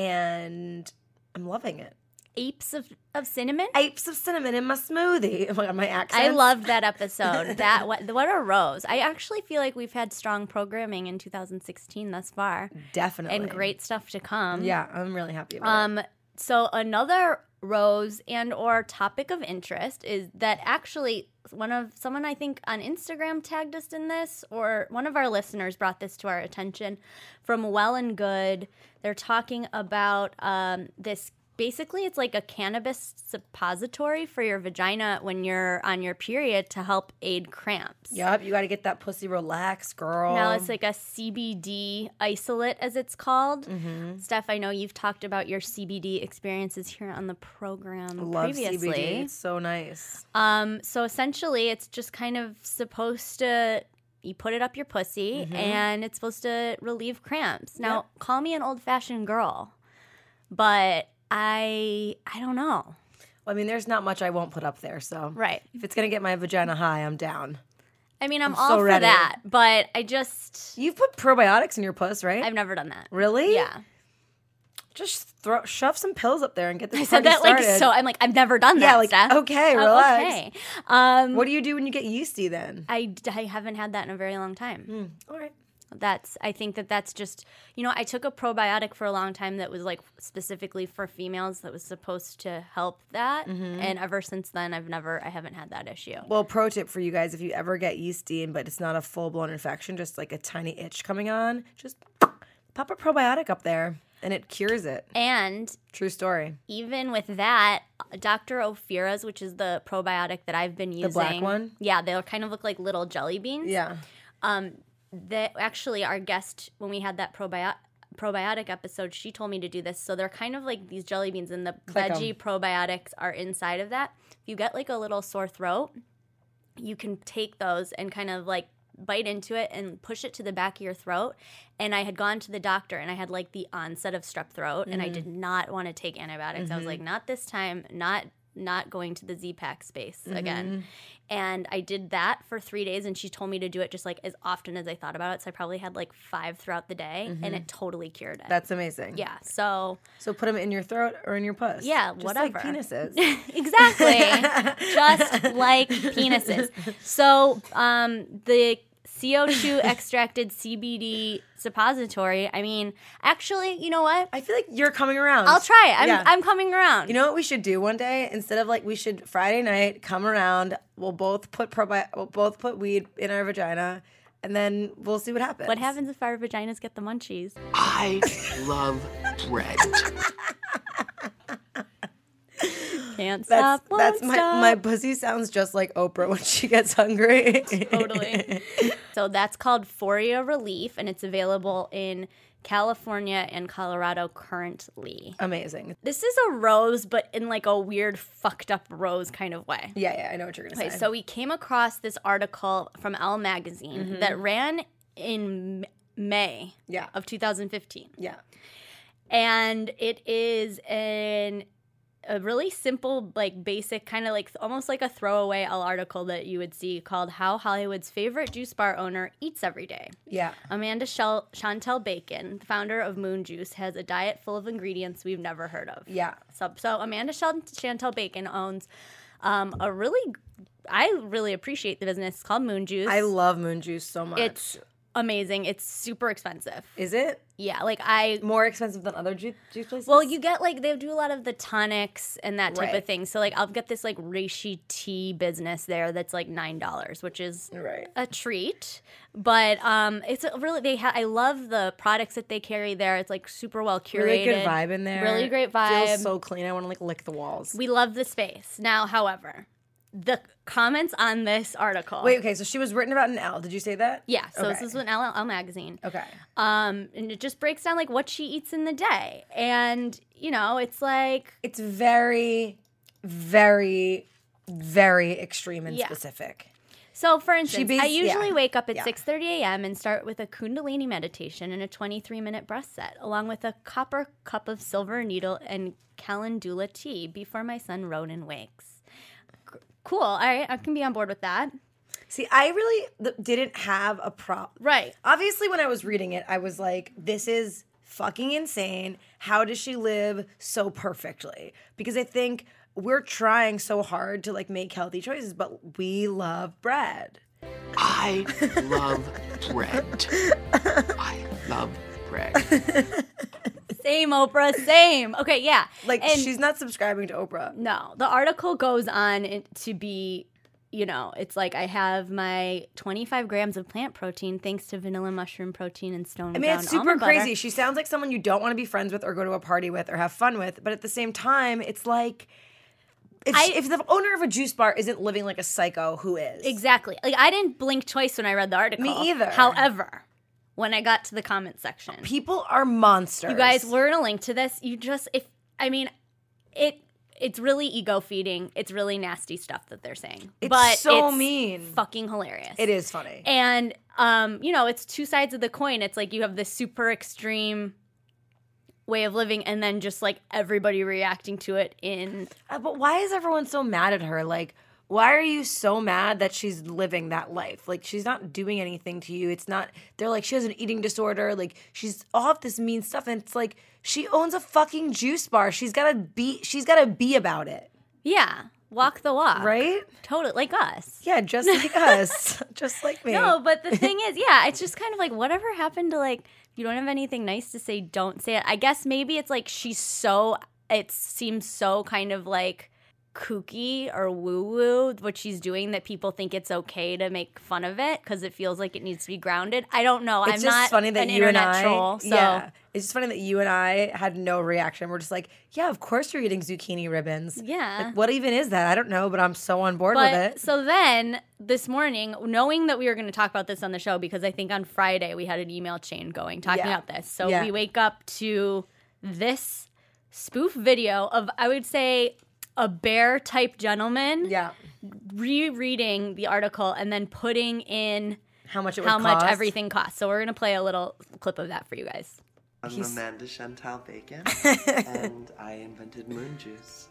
B: And I'm loving it.
A: Apes of, of Cinnamon. I,
B: Apes of cinnamon in my smoothie. Oh my god, my accent.
A: loved that episode. that what what a rose. I actually feel like we've had strong programming in 2016 thus far,
B: definitely
A: and great stuff to come.
B: Yeah, I'm really happy about it.
A: Um, so another rose and or topic of interest is that actually one of someone I think on Instagram tagged us in this, or one of our listeners brought this to our attention from Well and Good. They're talking about um, this. Basically, it's like a cannabis suppository for your vagina when you're on your period to help aid cramps.
B: Yep, you got to get that pussy relaxed, girl.
A: Now it's like a CBD isolate, as it's called.
B: Mm-hmm.
A: Steph, I know you've talked about your CBD experiences here on the program
B: love
A: previously.
B: CBD. It's so nice.
A: Um, so essentially, it's just kind of supposed to. You put it up your pussy,
B: Mm-hmm.
A: and it's supposed to relieve cramps. Now, call me an old-fashioned girl, but I I don't know.
B: Well, I mean, there's not much I won't put up there, so
A: Right.
B: If it's gonna get my vagina high, I'm down.
A: I mean, I'm,
B: I'm
A: all
B: so
A: for
B: ready.
A: that, but I just
B: You've put probiotics in your puss, right?
A: I've never done that.
B: really?
A: Yeah.
B: Just throw shove some pills up there and get this
A: I said
B: party
A: that like
B: started.
A: so. I'm like, I've never done that.
B: Yeah, like,
A: Steph.
B: okay,
A: Oh,
B: relax.
A: Okay. Um,
B: What do you do when you get yeasty then?
A: I, d- I haven't had that in a very long time.
B: All right.
A: That's I think that that's just you know I took a probiotic for a long time that was like specifically for females that was supposed to help that,
B: Mm-hmm.
A: and ever since then I've never I haven't had that issue.
B: Well, pro tip for you guys: if you ever get yeasty, and but it's not a full blown infection, just like a tiny itch coming on, just pop a probiotic up there, and it cures it.
A: And
B: True story.
A: even with that, Dr. Ophira's, which is the probiotic that I've been using,
B: black one?
A: yeah, they kind of look like little jelly beans.
B: Yeah.
A: that actually our guest when we had that probiotic probiotic episode she told me to do this so they're kind of like these jelly beans and the veggie probiotics are inside of that if you get like a little sore throat you can take those and kind of like bite into it and push it to the back of your throat and i had gone to the doctor and i had like the onset of strep throat and i did not want to take antibiotics i was like not this time not not going to the Z Pack space again. And I did that for three days, and she told me to do it just like as often as I thought about it. So I probably had like five throughout the day, and it totally cured it.
B: That's amazing.
A: yeah. So
B: So put them in your throat or in your puss.
A: Yeah,
B: Just
A: whatever.
B: Like penises.
A: exactly just like penises so um the co2 extracted cbd suppository i mean actually you know what
B: I feel like you're coming around.
A: i'll try it i'm,
B: Yeah.
A: I'm coming around
B: You know what we should do one day? Instead of like, we should Friday night come around. We'll both put probi- we'll both put weed in our vagina, and then we'll see what happens.
A: what happens if our vaginas get the munchies
C: I love bread.
A: can't
B: That's
A: stop won't
B: that's my
A: stop.
B: my pussy sounds just like Oprah when she gets hungry.
A: totally. so that's called Foria Relief, and it's available in California and Colorado currently.
B: Amazing.
A: This is a rose, but in like a weird, fucked up rose kind of way.
B: Yeah, yeah. I know what you're gonna
A: Okay,
B: say.
A: so we came across this article from Elle magazine that ran in M- May
B: Yeah.
A: of 2015.
B: yeah.
A: And it is an a really simple like basic kind of like almost like a throwaway Elle article that you would see called How Hollywood's Favorite Juice Bar Owner Eats Every Day.
B: Yeah.
A: Amanda Shel- Chantel Bacon, the founder of Moon Juice, has a diet full of ingredients we've never heard of.
B: Yeah.
A: So, so Amanda Shel- Chantel Bacon owns um, a really, I really appreciate the business It's called Moon Juice.
B: I love moon juice so much.
A: it's amazing. It's super expensive.
B: is it
A: Yeah, like I.
B: more expensive than other ju- juice places?
A: Well, you get like they do a lot of the tonics and that type
B: Right.
A: of thing. So like I'll get this like reishi tea business there that's like nine dollars, which is
B: right.
A: a treat but um it's a really they ha- i love the products that they carry there it's like super well curated
B: Really good vibe in there.
A: really great vibe
B: Feels so clean. I want to like lick the walls.
A: we love the space now however the comments on this article
B: Wait, okay. So she was written about in L. Did you say that?
A: yeah so this
B: Okay.
A: is an LL magazine
B: Okay.
A: um and it just breaks down like what she eats in the day and you know it's like
B: It's very, very, very extreme and
A: Yeah.
B: specific.
A: So, for instance,
B: bas-
A: I usually
B: yeah.
A: wake up at
B: Yeah.
A: 6:30 a.m. and start with a Kundalini meditation and a 23-minute breath set, along with a copper cup of silver needle and calendula tea before my son Ronan wakes. C- Cool. All right, I can be on board with that.
B: See, I really th- didn't have a problem.
A: Right.
B: Obviously, when I was reading it, I was like, this is fucking insane. How does she live so perfectly? Because I think we're trying so hard to like make healthy choices, but we love bread.
C: I love bread. I love bread.
A: Same Oprah, same. Okay, yeah.
B: Like,
A: And-
B: she's not subscribing to Oprah.
A: No, the article goes on in- to be, you know, it's like I have my 25 grams of plant protein thanks to vanilla mushroom protein and stone.
B: I mean, it's super crazy. She sounds like someone you don't want to be friends with or go to a party with or have fun with, but at the same time, it's like if,
A: I-
B: she- if the owner of a juice bar isn't living like a psycho, who is?
A: Exactly. Like I didn't blink twice when I read the article.
B: Me either.
A: However, when I got to the comment section,
B: People are monsters.
A: you guys, we're gonna link to this. You just, if I mean, it, it's really ego feeding. It's really nasty stuff that they're saying.
B: It's
A: but
B: so
A: it's
B: mean.
A: fucking hilarious.
B: It is funny.
A: And um, you know, it's two sides of the coin. It's like you have this super extreme way of living, and then just like everybody reacting to it in
B: Uh, but why is everyone so mad at her? Like, why are you so mad that she's living that life? Like, she's not doing anything to you. It's not, they're like, she has an eating disorder. Like, she's off this mean stuff. And it's like, she owns a fucking juice bar. She's gotta be, she's gotta be about it.
A: yeah, walk the walk,
B: Right?
A: Totally like us.
B: Yeah, just like us. just like me.
A: No, but the thing is, yeah, it's just kind of like whatever happened to like if you don't have anything nice to say, don't say it. I guess maybe it's like she's so it seems so kind of like kooky or woo woo what she's doing that people think it's okay to make fun of it because it feels like it needs to be grounded. I don't know.
B: it's
A: I'm
B: just
A: not
B: funny that
A: an
B: you and
A: internet
B: I.
A: troll, so
B: Yeah, it's just funny that you and I had no reaction. We're just like, yeah, of course you're eating zucchini ribbons.
A: Yeah.
B: Like, what even is that? I don't know, but I'm so on board
A: But
B: with it.
A: so then this morning, knowing that we were going to talk about this on the show, because I think on Friday we had an email chain going talking
B: Yeah.
A: about this. So
B: Yeah.
A: we wake up to this spoof video of, I would say, a bear type gentleman
B: Yeah.
A: rereading the article and then putting in
B: How much it would
A: how much
B: cost.
A: everything costs. So we're going to play a little clip of that for you guys.
F: I'm Amanda Chantal Bacon, and I invented moon juice.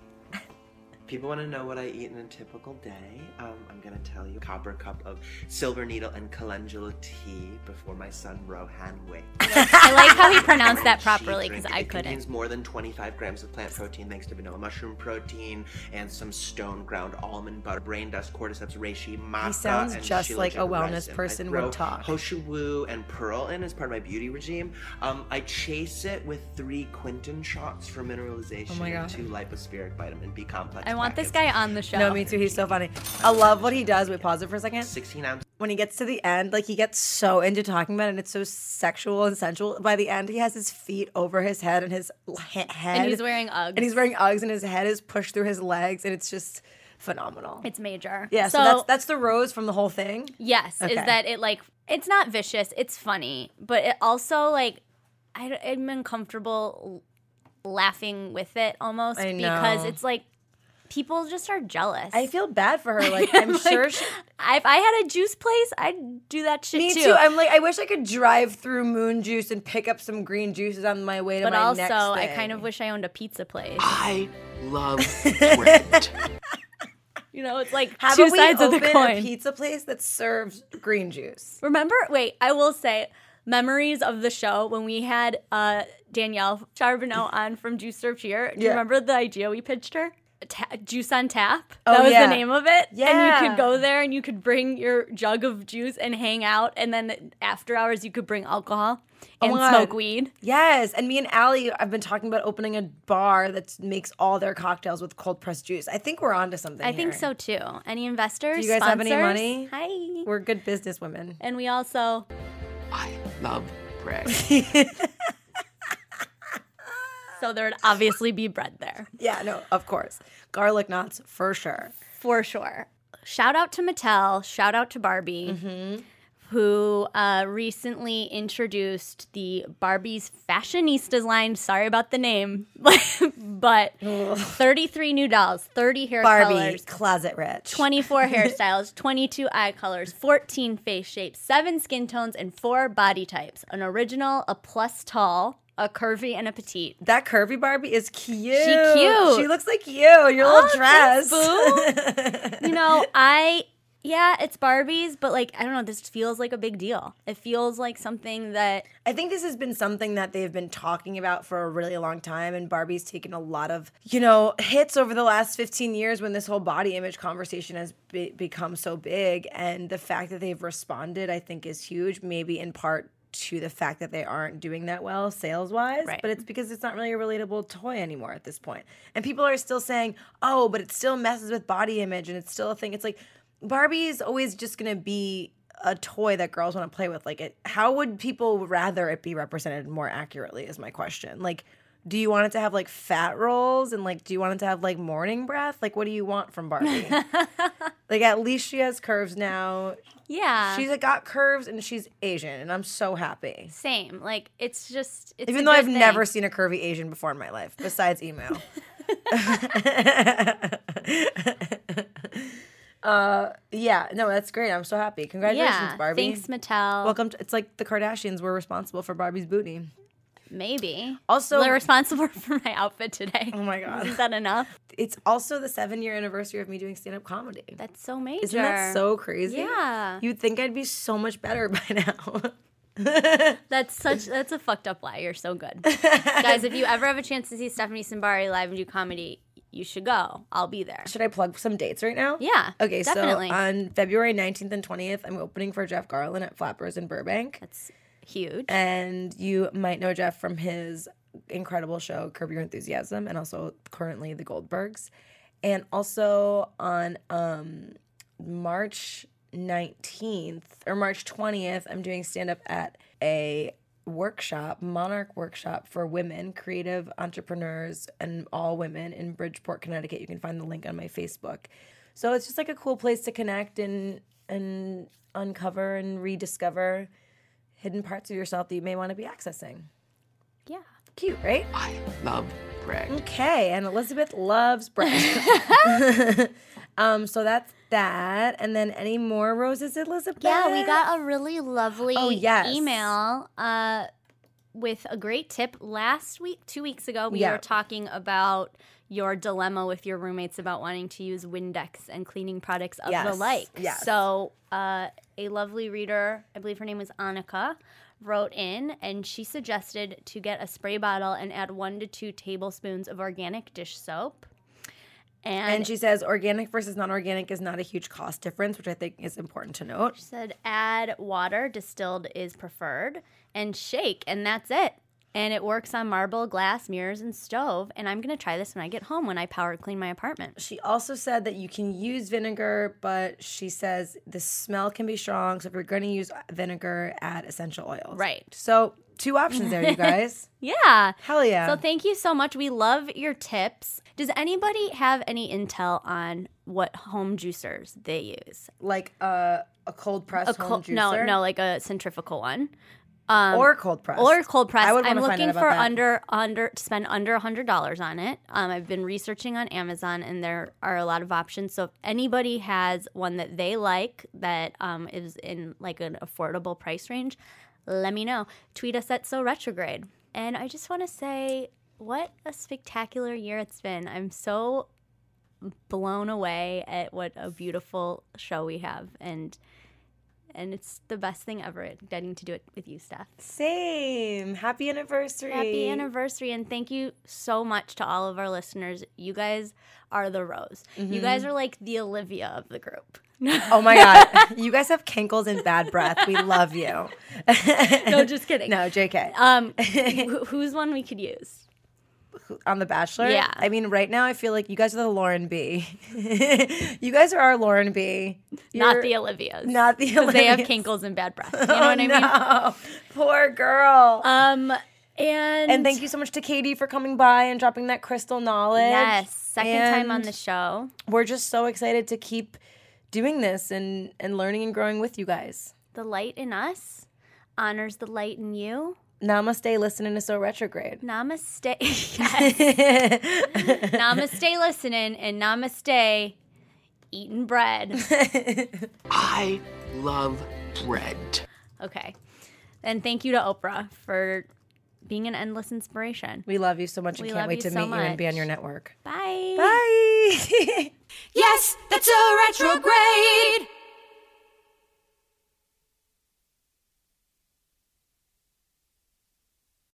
F: people want to know what I eat in a typical day, um, I'm going to tell you copper cup of silver needle and calendula tea before my son Rohan wakes.
A: I like how he pronounced that
F: She
A: properly
F: drink-
A: because I
F: it
A: couldn't.
F: contains more than 25 grams of plant protein thanks to vanilla mushroom protein and some stone ground almond butter, brain dust, cordyceps, reishi, maca.
B: sounds
F: and
B: just
F: Shilajit
B: like a wellness
F: resin. I
B: person would
F: throw
B: talk.
F: Hoshiwu and pearl in as part of my beauty regime. Um, I chase it with three quinton shots for mineralization
B: Oh
F: and two lipospheric vitamin B complex.
A: I want this
F: packets.
A: guy on the show.
B: No, me too. He's so funny. I love what he does. We pause it for a second.
F: 16 ounces.
B: When he gets to the end, like he gets so into talking about it, and it's so sexual and sensual. By the end, he has his feet over his head and his l- he- head.
A: And he's wearing Uggs.
B: And he's wearing Uggs, and his head is pushed through his legs, and it's just phenomenal.
A: it's major.
B: yeah, so, that's that's the rose from the whole thing.
A: Yes,
B: Okay.
A: is that it like it's not vicious, it's funny, but it also like I, am uncomfortable l- laughing with it almost
B: I
A: because
B: know.
A: it's like people just are jealous.
B: I feel bad for her. Like I'm sure she,
A: I- if I had a juice place, I'd do that shit
B: me
A: too.
B: too. I'm like I wish I could drive through Moon Juice and pick up some green juices on my way to
A: but
B: my
A: also,
B: next
A: I
B: thing.
A: kind of wish I owned a pizza place.
C: I love bread.
A: You know, it's like
B: How
A: two
B: about we
A: sides of the
B: open
A: coin.
B: A pizza place that serves green juice.
A: Remember, wait, I will say memories of the show when we had uh, Danielle Charbonneau on from Juice Serve Cheer. Do you
B: Yeah.
A: remember the idea we pitched her? Ta- juice on tap.
B: Oh,
A: that was
B: yeah.
A: the name of it. And you
B: Yeah.
A: could go there and you could bring your jug of juice and hang out. And then after hours, you could bring alcohol and
B: Oh my God.
A: smoke weed.
B: Yes, and me and Allie, I've been talking about opening a bar that makes all their cocktails with cold pressed juice. I think we're onto something.
A: I think
B: here.
A: so too. Any
B: Do
A: investors?
B: you guys have any
A: sponsors?
B: money?
A: Hi.
B: We're good business women.
A: and we also
C: I love bread.
A: so there would obviously be bread there.
B: Yeah, no, of course. Garlic knots for sure.
A: for sure. Shout out to Mattel. Shout out to Barbie, who uh, recently introduced the Barbie's Fashionistas line. Sorry about the name, but 33 new dolls, 30 hair
B: Barbie
A: colors.
B: closet rich.
A: 24 hairstyles, 22 eye colors, 14 face shapes, 7 skin tones, and 4 body types. An original, a plus tall, a curvy, and a petite.
B: That curvy Barbie is cute.
A: She cute. Oh,
B: She looks like you. Your little dress.
A: thanks, boo. you know, I yeah, it's Barbies, but like I don't know, this feels like a big deal. It feels like something that
B: I think this has been something that they've been talking about for a really long time, and Barbie's taken a lot of, you know, hits over the last 15 years when this whole body image conversation has be- become so big. And the fact that they've responded, I think, is huge, maybe in part to the fact that they aren't doing that well sales wise,
A: Right.
B: but it's because it's not really a relatable toy anymore at this point. And people are still saying, oh, but it still messes with body image and it's still a thing. It's like Barbie's always just gonna be a toy that girls want to play with. Like, it, how would people rather it be represented more accurately? Is my question. Like, do you want it to have like fat rolls and like, do you want it to have like morning breath? Like, what do you want from Barbie? like, at least she has curves now.
A: yeah,
B: She's like, got curves and she's Asian, and I'm so happy.
A: same. Like it's just it's
B: Even
A: a
B: though
A: good
B: I've
A: thing.
B: never seen a curvy Asian before in my life, besides email. uh, yeah, no, that's great. I'm so happy. Congratulations,
A: yeah,
B: Barbie.
A: thanks Mattel.
B: Welcome. To, it's like the Kardashians were responsible for Barbie's booty.
A: Maybe
B: Also-
A: they're responsible for my outfit today. Oh
B: my God.
A: isn't that enough?
B: It's also the seven year anniversary of me doing stand up comedy.
A: That's so major.
B: Isn't that so crazy?
A: Yeah.
B: You'd think I'd be so much better by now.
A: That's such that's a fucked up lie. You're so good, guys. If you ever have a chance to see Stephanie Simbari live and do comedy, you should go. I'll be there.
B: Should I plug some dates right now?
A: Yeah,
B: Okay,
A: definitely.
B: so on February 19th and 20th, I'm opening for Jeff Garland at Flappers in Burbank.
A: That's huge.
B: and you might know Jeff from his incredible show Curb Your Enthusiasm and also currently The Goldbergs. And also on um March 19th or March 20th, I'm doing stand up at a workshop, Monarch workshop for women, creative entrepreneurs and all women in Bridgeport, Connecticut. You can find the link on my Facebook. So it's just like a cool place to connect and and uncover and rediscover hidden parts of yourself that you may want to be accessing.
A: Yeah.
B: Cute, right?
C: I love bread.
B: Okay, and Elizabeth loves bread. um, so that's that. And then any more roses, Elizabeth?
A: Yeah, we got a really lovely
B: Oh, yes.
A: email uh, with a great tip. Last week, two weeks ago, we
B: Yeah.
A: were talking about your dilemma with your roommates about wanting to use Windex and cleaning products of the
B: Yes,
A: like.
B: yes.
A: So, uh, a lovely reader, I believe her name was Annika, wrote in and she suggested to get a spray bottle and add one to two tablespoons of organic dish soap. And,
B: And she says organic versus non-organic is not a huge cost difference, which I think is important to note.
A: said add water, distilled is preferred, and shake, and that's it. And it works on marble, glass, mirrors, and stove. And I'm gonna try this when I get home when I power clean my apartment.
B: She also said that you can use vinegar, but she says the smell can be strong. So if you're going to use vinegar, add essential oils.
A: Right.
B: So two options there, you guys.
A: Yeah.
B: Hell yeah.
A: So thank you so much. We love your tips. Does anybody have any intel on what home juicers they use?
B: like a, a cold press
A: A
B: home
A: cold,
B: juicer.
A: no, no, like a centrifugal one. Um,
B: or cold press.
A: or cold press.
B: I would
A: I'm
B: wanna find out
A: looking
B: about
A: for
B: that.
A: under under to spend under hundred dollars on it. Um, I've been researching on Amazon, and there are a lot of options. So if anybody has one that they like that um, is in like an affordable price range, let me know. Tweet us at so retrograde. And I just want to say, what a spectacular year it's been. I'm so blown away at what a beautiful show we have and and it's the best thing ever getting to do it with you steph
B: Same. Happy anniversary.
A: Happy anniversary and thank you so much to all of our listeners. You guys are the rose. You
B: Mm-hmm.
A: guys are like the Olivia of the group. no,
B: Oh my God. you guys have cankles and bad breath. We love you.
A: just kidding.
B: No, JK.
A: Um, wh- who's one we could use?
B: on The Bachelor.
A: Yeah.
B: I mean, right now I feel like you guys are the Lauren B. you guys are our Lauren B.
A: Not
B: You're
A: the Olivias.
B: not the
A: 'Cause They have
B: Olivia.
A: kinkles and bad breath. You know what I mean?
B: No. Poor girl.
A: Um, and
B: and thank you so much to Katie for coming by and dropping that crystal knowledge.
A: Yes, second time on
B: And
A: the show.
B: We're just so excited to keep doing this and and learning and growing with you guys.
A: The light in us honors the light in you.
B: Namaste. Listening to so retrograde.
A: Namaste. Yes. namaste listening and namaste eating bread.
C: I love bread.
A: Okay. And thank you to Oprah for being an endless inspiration.
B: We love you so much.
A: We
B: and can't
A: love
B: wait
A: you
B: to
A: so
B: meet you and be on
A: much.
B: your network.
A: Bye.
B: Bye.
E: Yes, that's a retrograde.